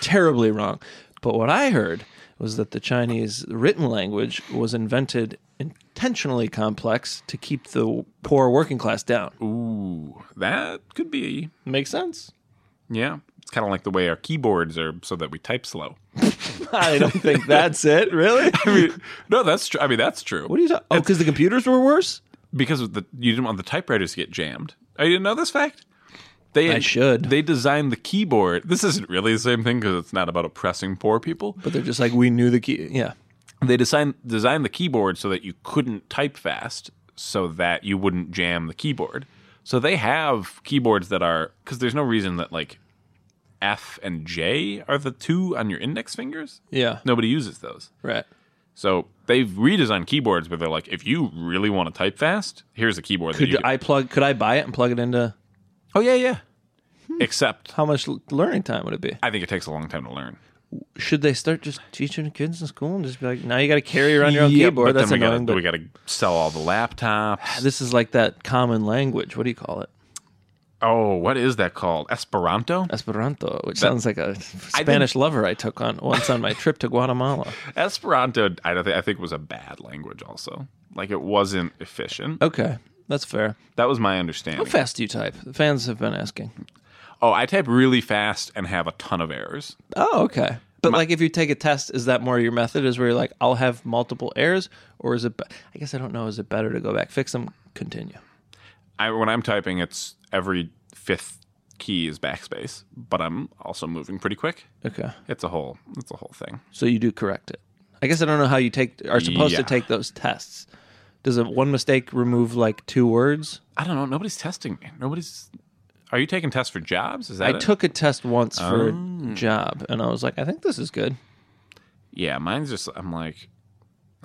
terribly wrong. But what I heard was that the Chinese written language was invented intentionally complex to keep the poor working class down. Ooh, that could be. Makes sense. Yeah, it's kind of like the way our keyboards are, so that we type slow. I don't think that's it, really. I mean, no, that's true. I mean, that's true. What are you talking? Oh, because the computers were worse. because of the you didn't want the typewriters to get jammed. I didn't know this fact. They I should. They designed the keyboard. This isn't really the same thing because it's not about oppressing poor people. But they're just like we knew the key. Yeah, They designed designed the keyboard so that you couldn't type fast, so that you wouldn't jam the keyboard. So they have keyboards that are because there's no reason that like F and J are the two on your index fingers. yeah, Nobody uses those. right. So they've redesigned keyboards where they're like, if you really want to type fast, here's a keyboard that Could you can- I plug? Could I buy it and plug it into? Oh yeah, yeah. Except How much l- learning time would it be? I think it takes a long time to learn. should they start just teaching kids in school and just be like, now you got to carry around your own keyboard? but That's then we annoying. gotta, But we gotta sell all the laptops. this is like that common language. What do you call it? Oh, what is that called? Esperanto? Esperanto, which sounds like a Spanish lover I took on once on my trip to Guatemala. Esperanto, I don't think I think was a bad language. Also, like it wasn't efficient. Okay, that's fair. That was my understanding. How fast do you type? The fans have been asking. Oh, I type really fast and have a ton of errors. Oh, okay. But like, if you take a test, is that more your method? Is where you're like, I'll have multiple errors, or is it? Be- I guess I don't know. Is it better to go back, fix them, continue? I, when I'm typing, it's every fifth key is backspace, but I'm also moving pretty quick. Okay. It's a whole, it's a whole thing. So you do correct it. I guess I don't know how you take are supposed Yeah. to take those tests. Does a one mistake remove like two words? I don't know. Nobody's testing me. Nobody's. Are you taking tests for jobs? Is that I it? took a test once for a job and I was like, I think this is good. Yeah, mine's just I'm like,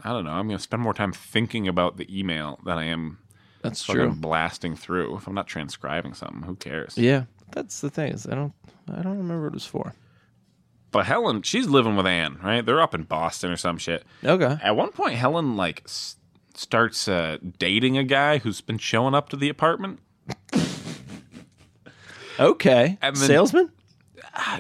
I don't know. I'm gonna spend more time thinking about the email than I am That's true. fucking blasting through. If I'm not transcribing something, who cares? Yeah. That's the thing is I don't I don't remember what it was for. But Helen, she's living with Anne, right? They're up in Boston or some shit. Okay. At one point, Helen like s- starts uh, dating a guy who's been showing up to the apartment. Okay. And then- Salesman?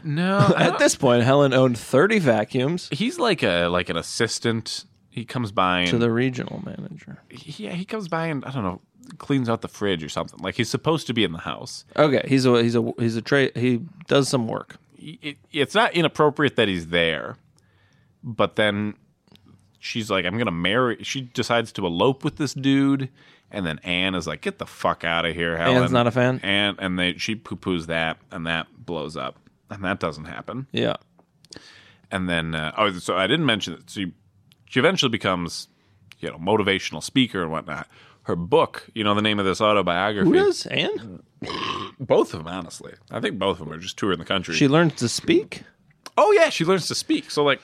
No, I At don't- this point, Helen owned 30 vacuums he's like a like an assistant. He comes by and to the regional manager. yeah, he comes by and I don't know, cleans out the fridge or something. Like he's supposed to be in the house. Okay, he's a he's a he's a trade he does some work. it, it's not inappropriate that he's there, but then she's like, I'm gonna marry. She decides to elope with this dude, and then Anne is like, Get the fuck out of here, Helen. Anne's not a fan? Oh, And and they she poo poos that, and that blows up, and that doesn't happen. Yeah. And then uh, oh, so I didn't mention it. She she eventually becomes you know motivational speaker and whatnot. Her book, you know, the name of this autobiography. Who does Anne? Both of them, honestly. I think both of them are just touring the country. She learned to speak? oh yeah, she learns to speak. So like,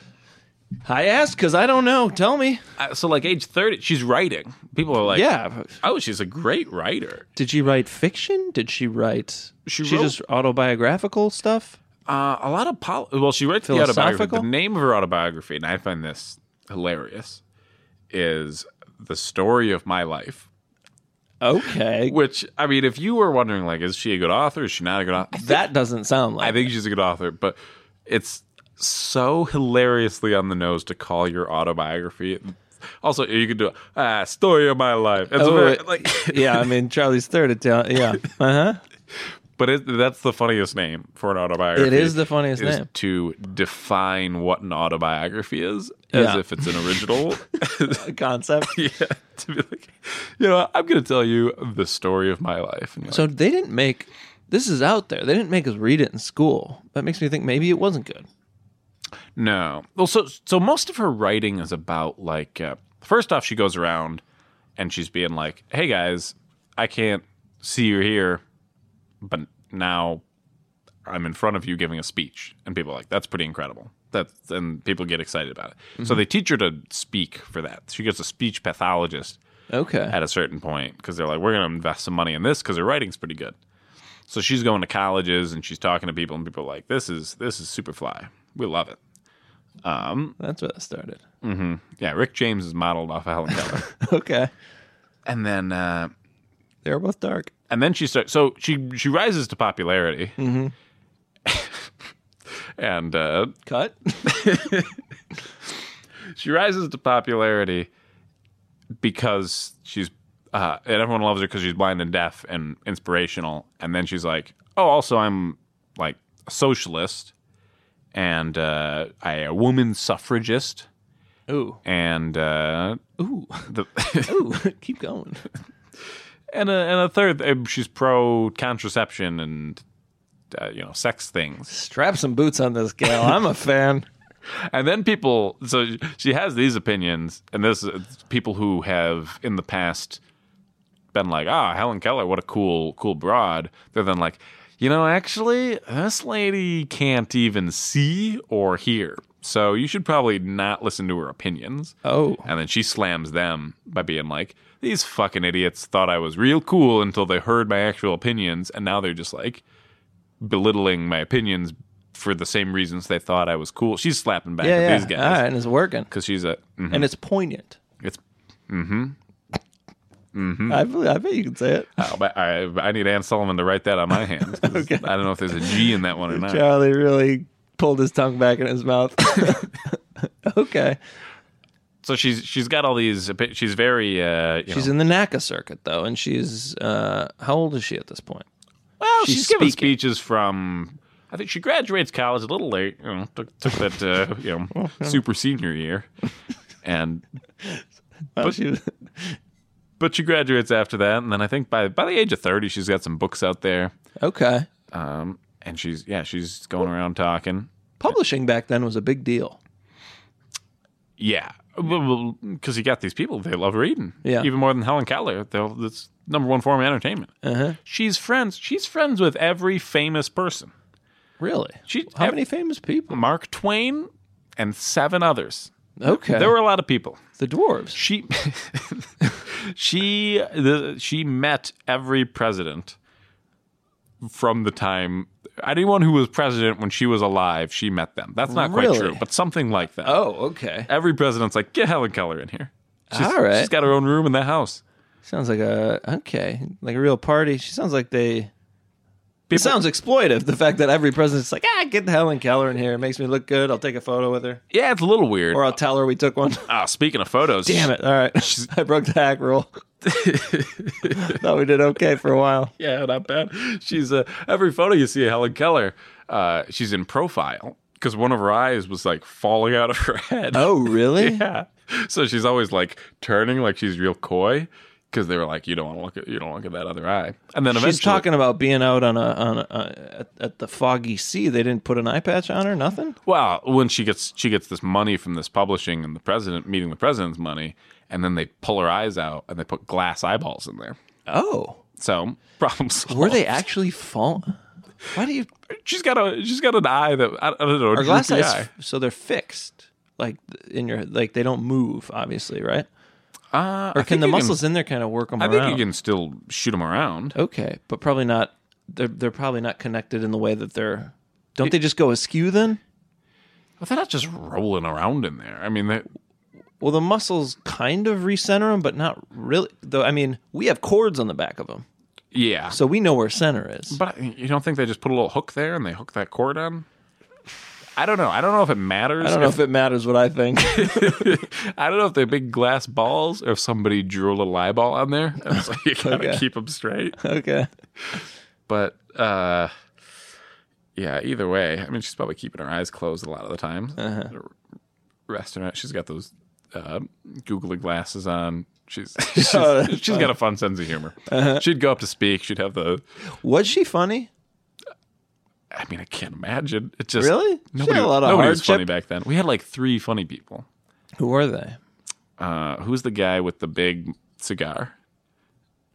I asked because I don't know. Tell me. Uh, so like age 30 she's writing people are like Yeah. oh she's a great writer Did she write fiction? Did she write? She She, wrote- just autobiographical stuff. uh, a lot of pol- well she writes the autobiography Philosophical? the name of her autobiography and i find this hilarious is the story of my life Okay, which i mean if you were wondering like is she a good author is she not a good author that doesn't sound like. i think she's a good author but it's so hilariously on the nose to call your autobiography also you could do ah story of my life it's Oh, very, it- like yeah, I mean Charlie's third Italian. Yeah, uh huh. But it, that's the funniest name for an autobiography. It is the funniest is name. To define what an autobiography is as Yeah. if it's an original. Concept. yeah. To be like, you know, I'm going to tell you the story of my life. And you're like, So they didn't make This is out there. They didn't make us read it in school. That makes me think maybe it wasn't good. No. Well, so so most of her writing is about like uh, first off, she goes around and she's being like, "Hey guys, I can't see you here, but now I'm in front of you giving a speech," and people are like, "That's pretty incredible." That and people get excited about it. So they teach her to speak for that. She gets a speech pathologist Okay. at a certain point because they're like, we're going to invest some money in this because her writing's pretty good. So she's going to colleges and she's talking to people, and people are like, this is this is Superfly. We love it. That's where that started. Yeah, Rick James is modeled off of Helen Keller. Okay. and then uh, They were both dark. and then she starts. So she she rises to popularity. and uh, Cut. she rises to popularity because she's uh, and everyone loves her because she's blind and deaf and inspirational. And then she's like, "Oh, also I'm like a socialist and uh, I a woman suffragist." Ooh. And uh, Ooh. the Ooh. Keep going. and a, and a third, uh, she's pro contraception and uh, you know sex things. Strap some boots on this gal. I'm a fan. And then people, so she has these opinions, and this it's people who have in the past been like, ah, Helen Keller, what a cool, cool broad. They're then like, you know, actually, this lady can't even see or hear. So you should probably not listen to her opinions. Oh. And then she slams them by being like, these fucking idiots thought I was real cool until they heard my actual opinions, and now they're just like belittling my opinions for the same reasons they thought I was cool. She's slapping back at Yeah. these yeah. guys All right, and it's working. because she's a mhm. And it's poignant. it's. Mm-hmm. I, believe, I bet you can say it. oh, but I, I need Ann Solomon to write that on my hands. 'cause Okay. I don't know if there's a G in that one or not. Charlie really pulled his tongue back in his mouth. okay. So she's she's got all these. opi- She's very. Uh, you She's know, in the NACA circuit though, and she's uh, how old is she at this point? well, she's, she's giving speaking. speeches from. I think she graduates college a little late. You know, took, took that uh, you know super senior year, and Well, But- she was, but she graduates after that. And then I think by by the age of thirty, she's got some books out there. okay. Um, and she's yeah, she's going around talking. Publishing back then was a big deal. Yeah, because you got these people they love reading. Yeah. even more than Helen Keller. They'll, that's number one form of entertainment. Uh-huh. She's friends. She's friends with every famous person. Really? She How ev- many famous people? Mark Twain and seven others. Okay. There were a lot of people. the dwarves. She she the, she met every president from the time anyone who was president when she was alive. She met them. That's not quite Really? true, but something like that. Oh, okay. Every president's like, get Helen Keller in here. She's, All right. She's got her own room in that house. Sounds like a okay, like a real party. She sounds like they. It sounds exploitive. The fact that every president's like, ah, get Helen Keller in here. It makes me look good. I'll take a photo with her, Yeah, it's a little weird. or I'll tell her we took one. Ah, speaking of photos, Damn it! All right, I broke the hack rule. Thought we did okay for a while. Yeah, not bad. She's uh, every photo you see of Helen Keller, uh, she's in profile because one of her eyes was like falling out of her head. Oh, really? yeah. So she's always like turning, like she's real coy because they were like, you don't want to look at you don't look at that other eye. And then eventually, She's talking about being out on a on a, uh, at, at the foggy sea. They didn't put an eye patch on her. Nothing. Well, when she gets she gets this money from this publishing and the president meeting the president's money, and then they pull her eyes out and they put glass eyeballs in there. Oh, So problem solved. were they actually fall? Why do you She's got a she's got an eye that I, I don't know. a are glass droopy eyes? eye. So they're fixed, like in your like they don't move. Obviously, right? Uh, Or can I think the you muscles in there kind of work them I around? think you can still shoot them around. Okay, but probably not. They're they're probably not connected in the way that they're. Don't they just go askew then? But they're not just rolling around in there. I mean, they, Well, the muscles kind of recenter them, but not really. Though I mean, we have cords on the back of them, yeah. so we know where center is. But you don't think they just put a little hook there and they hook that cord on? I don't know. I don't know if it matters. I don't know if it matters what I think. I don't know if they're big glass balls or if somebody drew a little eyeball on there. And so you gotta Okay. keep them straight. okay. But uh, yeah, either way, I mean, she's probably keeping her eyes closed a lot of the time. Uh-huh. Restaurant, she's got those uh, googly glasses on. She's she's, Oh, that's Uh-huh. she's got a fun sense of humor. She'd go up to speak. She'd have the Was she funny? I mean, I can't imagine. It just Really? She nobody, had a lot of nobody was hardship. funny back then. We had like three funny people. Who are they? Uh, who's the guy with the big cigar?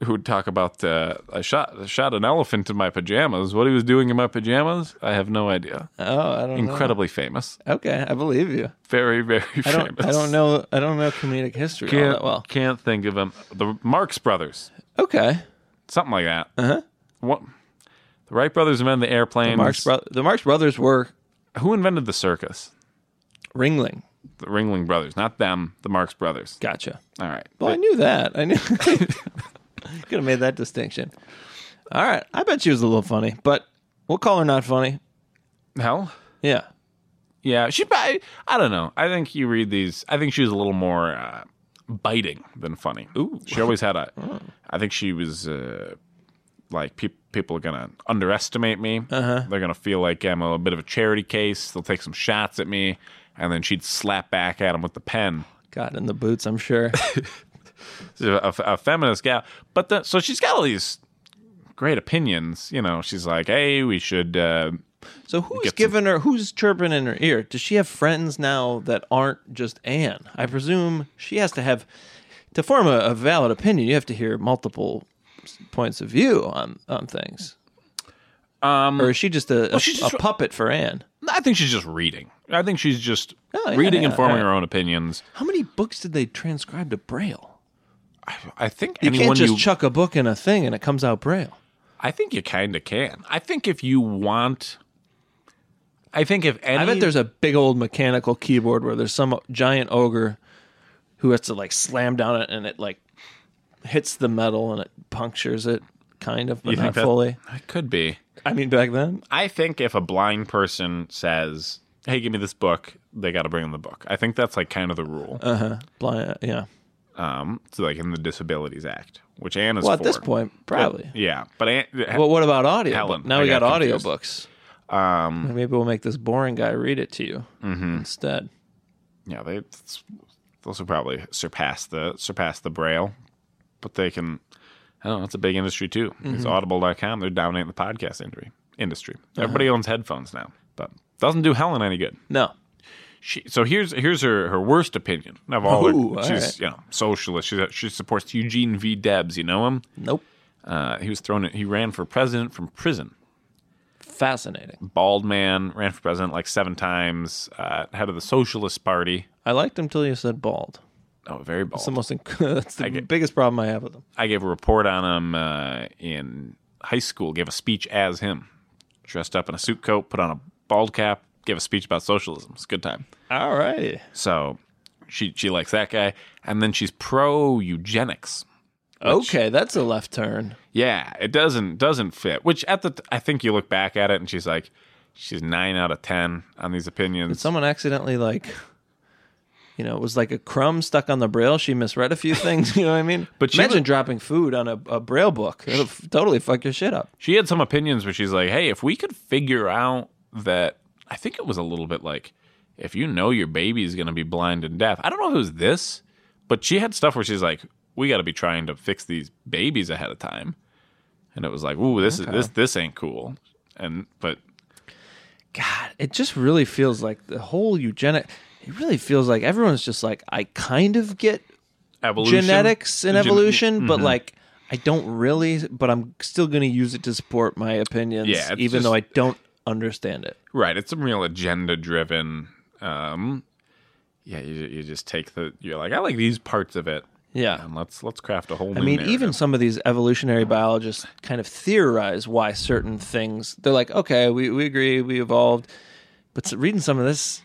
Who would talk about uh, I shot I shot an elephant in my pajamas? What he was doing in my pajamas? I have no idea. Oh, I don't know. Incredibly famous. Okay, I believe you. Very very I famous. don't. I don't know. I don't know comedic history all Can't, that well. can't think of them. The Marx Brothers, Okay, something like that. Uh-huh. What? The Wright brothers invented the airplane. Marx bro- the Marx brothers were Who invented the circus? Ringling. The Ringling Brothers, not them. The Marx Brothers. Gotcha. All right. Well, I knew that. I knew. Could have made that distinction. All right. I bet she was a little funny, but we'll call her not funny. Hell. Yeah. Yeah, she. I, I don't know. I think you read these. I think she was a little more uh, biting than funny. Ooh, she always had a. I think she was uh, like peop people are gonna underestimate me. Uh-huh. They're gonna feel like I'm a bit of a charity case. They'll take some shots at me, and then she'd slap back at them with the pen. Got in the boots, I'm sure. She's a, a- a feminist gal, but the, so she's got all these great opinions. You know, she's like, hey, we should. Uh, So who's Get some- giving her? Who's chirping in her ear? Does she have friends now that aren't just Anne? I presume she has to have to form a, a valid opinion. You have to hear multiple s- points of view on on things. Um, or is she just a, a, she's just- a puppet for Anne? I think she's just reading. I think she's just Oh, yeah, reading and yeah, forming yeah. her own opinions. How many books did they transcribe to Braille? I think You anyone can't just you, chuck a book in a thing and it comes out Braille. I think you kind of can. I think if you want, I think if any, I bet there's a big old mechanical keyboard where there's some giant ogre who has to like slam down it and it like hits the metal and it punctures it kind of, but you not think that- fully. It could be. I mean, back then, I think if a blind person says, "Hey, give me this book," they got to bring them the book. I think that's like kind of the rule. Uh. blind, yeah. Um, it's like in the Disabilities Act, which Anne is Well, for. at this point, probably. yeah. But Anne, Well, what about audio? Helen, now I we got, got audio confused. audiobooks. Um, Mm-hmm. Maybe we'll make this boring guy read it to you instead. yeah, they those will probably surpass the surpass the Braille, but they can. I don't know. It's a big industry too. Mm-hmm. It's Audible.com. They're dominating the podcast industry. Industry. Uh-huh. Everybody owns headphones now, but doesn't do Helen any good. No. She, so here's here's her, her worst opinion of all. her- Ooh, all she's right. you know socialist. She she supports Eugene V. Debs. You know him. Nope. Uh, he was thrown. in- He ran for president from prison. Fascinating. Bald man ran for president like seven times. Uh, head of the Socialist Party. I liked him till you said bald. Oh, very bald. It's the most. inc- that's the get- biggest problem I have with him. I gave a report on him uh, in high school. Gave a speech as him, dressed up in a suit coat, put on a bald cap, gave a speech about socialism. It's a good time. All righty. So she she likes that guy, and then she's pro eugenics. Okay, that's a left turn. Yeah, it doesn't doesn't fit. Which at the t- I think you look back at it, and she's like, she's nine out of ten on these opinions. Someone accidentally like you know, it was like a crumb stuck on the braille. She misread a few things. You know what I mean? But she imagine was- dropping food on a, a braille book. It'll f- totally fuck your shit up. she had some opinions where she's like, hey, if we could figure out that, I think it was a little bit like, if you know your baby is going to be blind and deaf. I don't know if it was this, but she had stuff where she's like, we got to be trying to fix these babies ahead of time. And it was like, ooh, this is this this ain't cool. And but God, it just really feels like the whole eugenic. It really feels like everyone's just like, I kind of get evolution, genetics and Gen- evolution, but like. I don't really, but I'm still going to use it to support my opinions, Yeah, it's even just- though I don't understand it. Right. It's some real agenda driven. Um, yeah, you, you just take the. You're like, I like these parts of it, Yeah. and let's let's craft a whole. I mean, even some of these evolutionary biologists kind of theorize why certain things. They're like, okay, we, we agree, we evolved, but s- reading some of this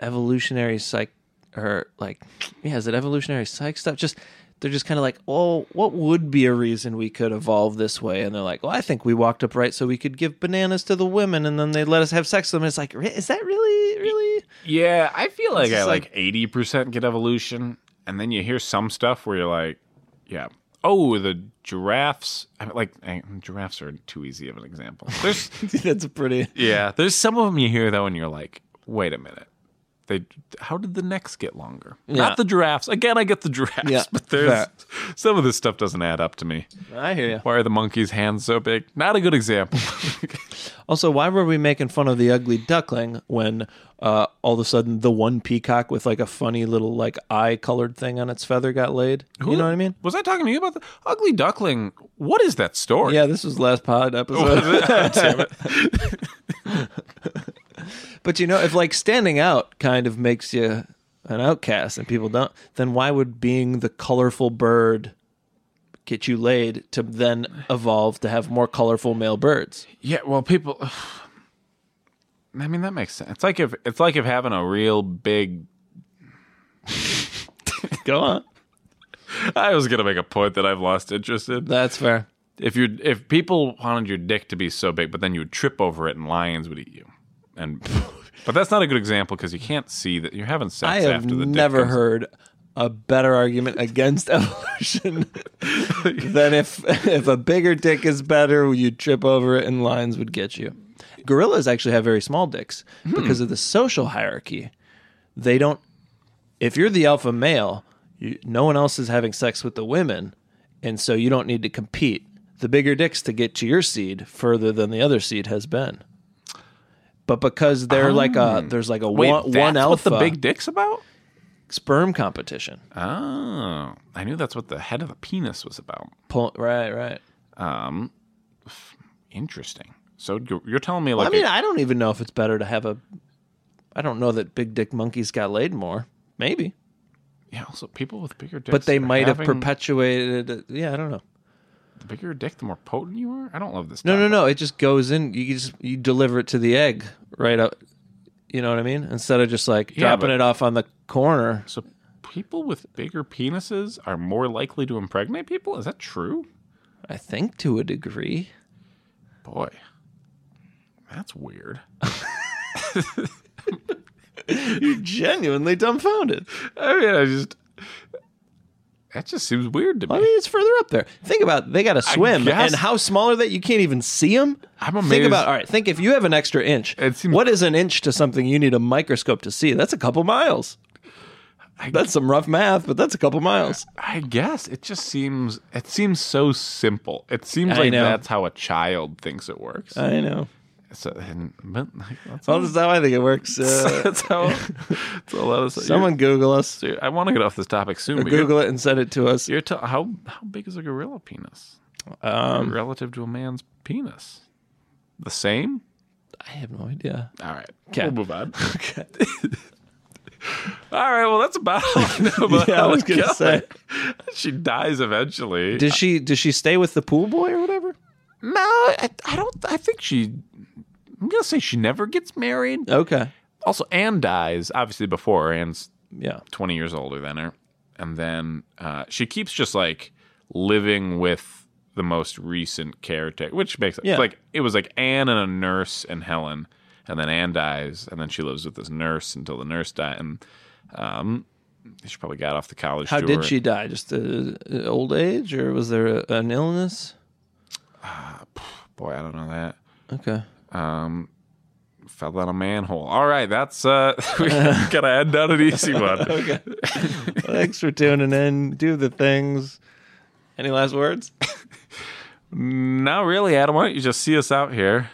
evolutionary psych or like, yeah, is it evolutionary psych stuff? Just they're just kind of like, oh, what would be a reason we could evolve this way? And they're like, well, I think we walked upright so we could give bananas to the women, and then they let us have sex with them. And it's like, re- is that really, really? Yeah, I feel like I just like like- eighty percent get evolution, and then you hear some stuff where you're like, yeah, oh, the giraffes. I mean, like eh, giraffes are too easy of an example. There's That's pretty. yeah, there's some of them you hear though, and you're like, wait a minute, They how did the necks get longer? Yeah. Not the giraffes. Again, I get the giraffes, Yeah, but there's that. some of this stuff doesn't add up to me. I hear you. Why are the monkey's hands so big? Not a good example. Also, why were we making fun of the ugly duckling when uh, all of a sudden the one peacock with like a funny little like eye colored thing on its feather got laid? You know what I mean? Was I talking to you about the ugly duckling? What is that story? Yeah, this was last pod episode. but you know, if like standing out kind of makes you an outcast and people don't, then why would being the colorful bird get you laid to then evolve to have more colorful male birds? Yeah, well, people. I mean, that makes sense. It's like if it's like if having a real big. Go on. I was gonna make a point that I've lost interest in. That's fair. If you if people wanted your dick to be so big, but then you would trip over it and lions would eat you, and but that's not a good example because you can't see that you're having sex I have after the never dick comes- heard a better argument against evolution than if if a bigger dick is better, you'd trip over it and lions would get you. Gorillas actually have very small dicks Hmm. because of the social hierarchy. They don't. If you're the alpha male, you, no one else is having sex with the women, and so you don't need to compete. The bigger dicks to get to your seed further than the other seed has been. But because they're like a there's like a Oh. Wait, one, that's one alpha what the big dick's about? sperm competition. Oh, I knew that's what the head of the penis was about. Pull, right, right. Interesting. So you're you're telling me like I mean, I don't even know if it's better to have a. I don't know that big dick monkeys got laid more. Maybe, Yeah, also people with bigger dicks. but they are might have having- perpetuated. It. Yeah, I don't know. The bigger your dick, the more potent you are. I don't love this. No, no, no. It just goes in. You just you deliver it to the egg right out. You know what I mean? Instead of just like Yeah, dropping but- it off on the corner. So people with bigger penises are more likely to impregnate people. Is that true? I think to a degree. Boy, that's weird. Genuinely dumbfounded. I mean, I just that just seems weird to me. I mean, it's further up there. Think about they got to swim guess- and how small are they? You can't even see them. I'm Think amazed- about all right. Think if you have an extra inch, It seems- what is an inch to something you need a microscope to see? That's a couple miles. I- That's some rough math, but that's a couple miles. I guess it just seems it seems so simple. It seems I like know. Uh, that's how a child thinks it works. I know. so, and, but, like, that's, Well, this is how I think it works. Uh, that's how that's a lot of someone Google us Dude, I want to get off this topic soon. or but you're- Google it and send it to us. You're t- how how big is a gorilla penis Um, relative to a man's penis? The same. I have no idea. All right. 'Kay. We'll move on. Okay. All right. Well, that's about all I know about Yeah, I was Helen gonna say. Keller. she dies eventually. Did she? Did she stay with the pool boy or whatever? no, I, I don't. I think she. I'm gonna say she never gets married. Okay. Also, Anne dies obviously before her. Anne's Yeah. 20 years older than her. And then uh, she keeps just like living with the most recent caretaker, which makes sense. Yeah. Like it was like Anne and a nurse and Helen. And then Anne dies. And then she lives with this nurse until the nurse dies. And um, she probably got off the college How tour. did she die? Just uh, old age, or was there a, an illness? Boy, I don't know that. Okay. Fell down a manhole. All right, that's uh, we gotta end on an easy one. Okay. Thanks for tuning in. Do the things. Any last words? Not really, Adam. Why don't you just see us out here?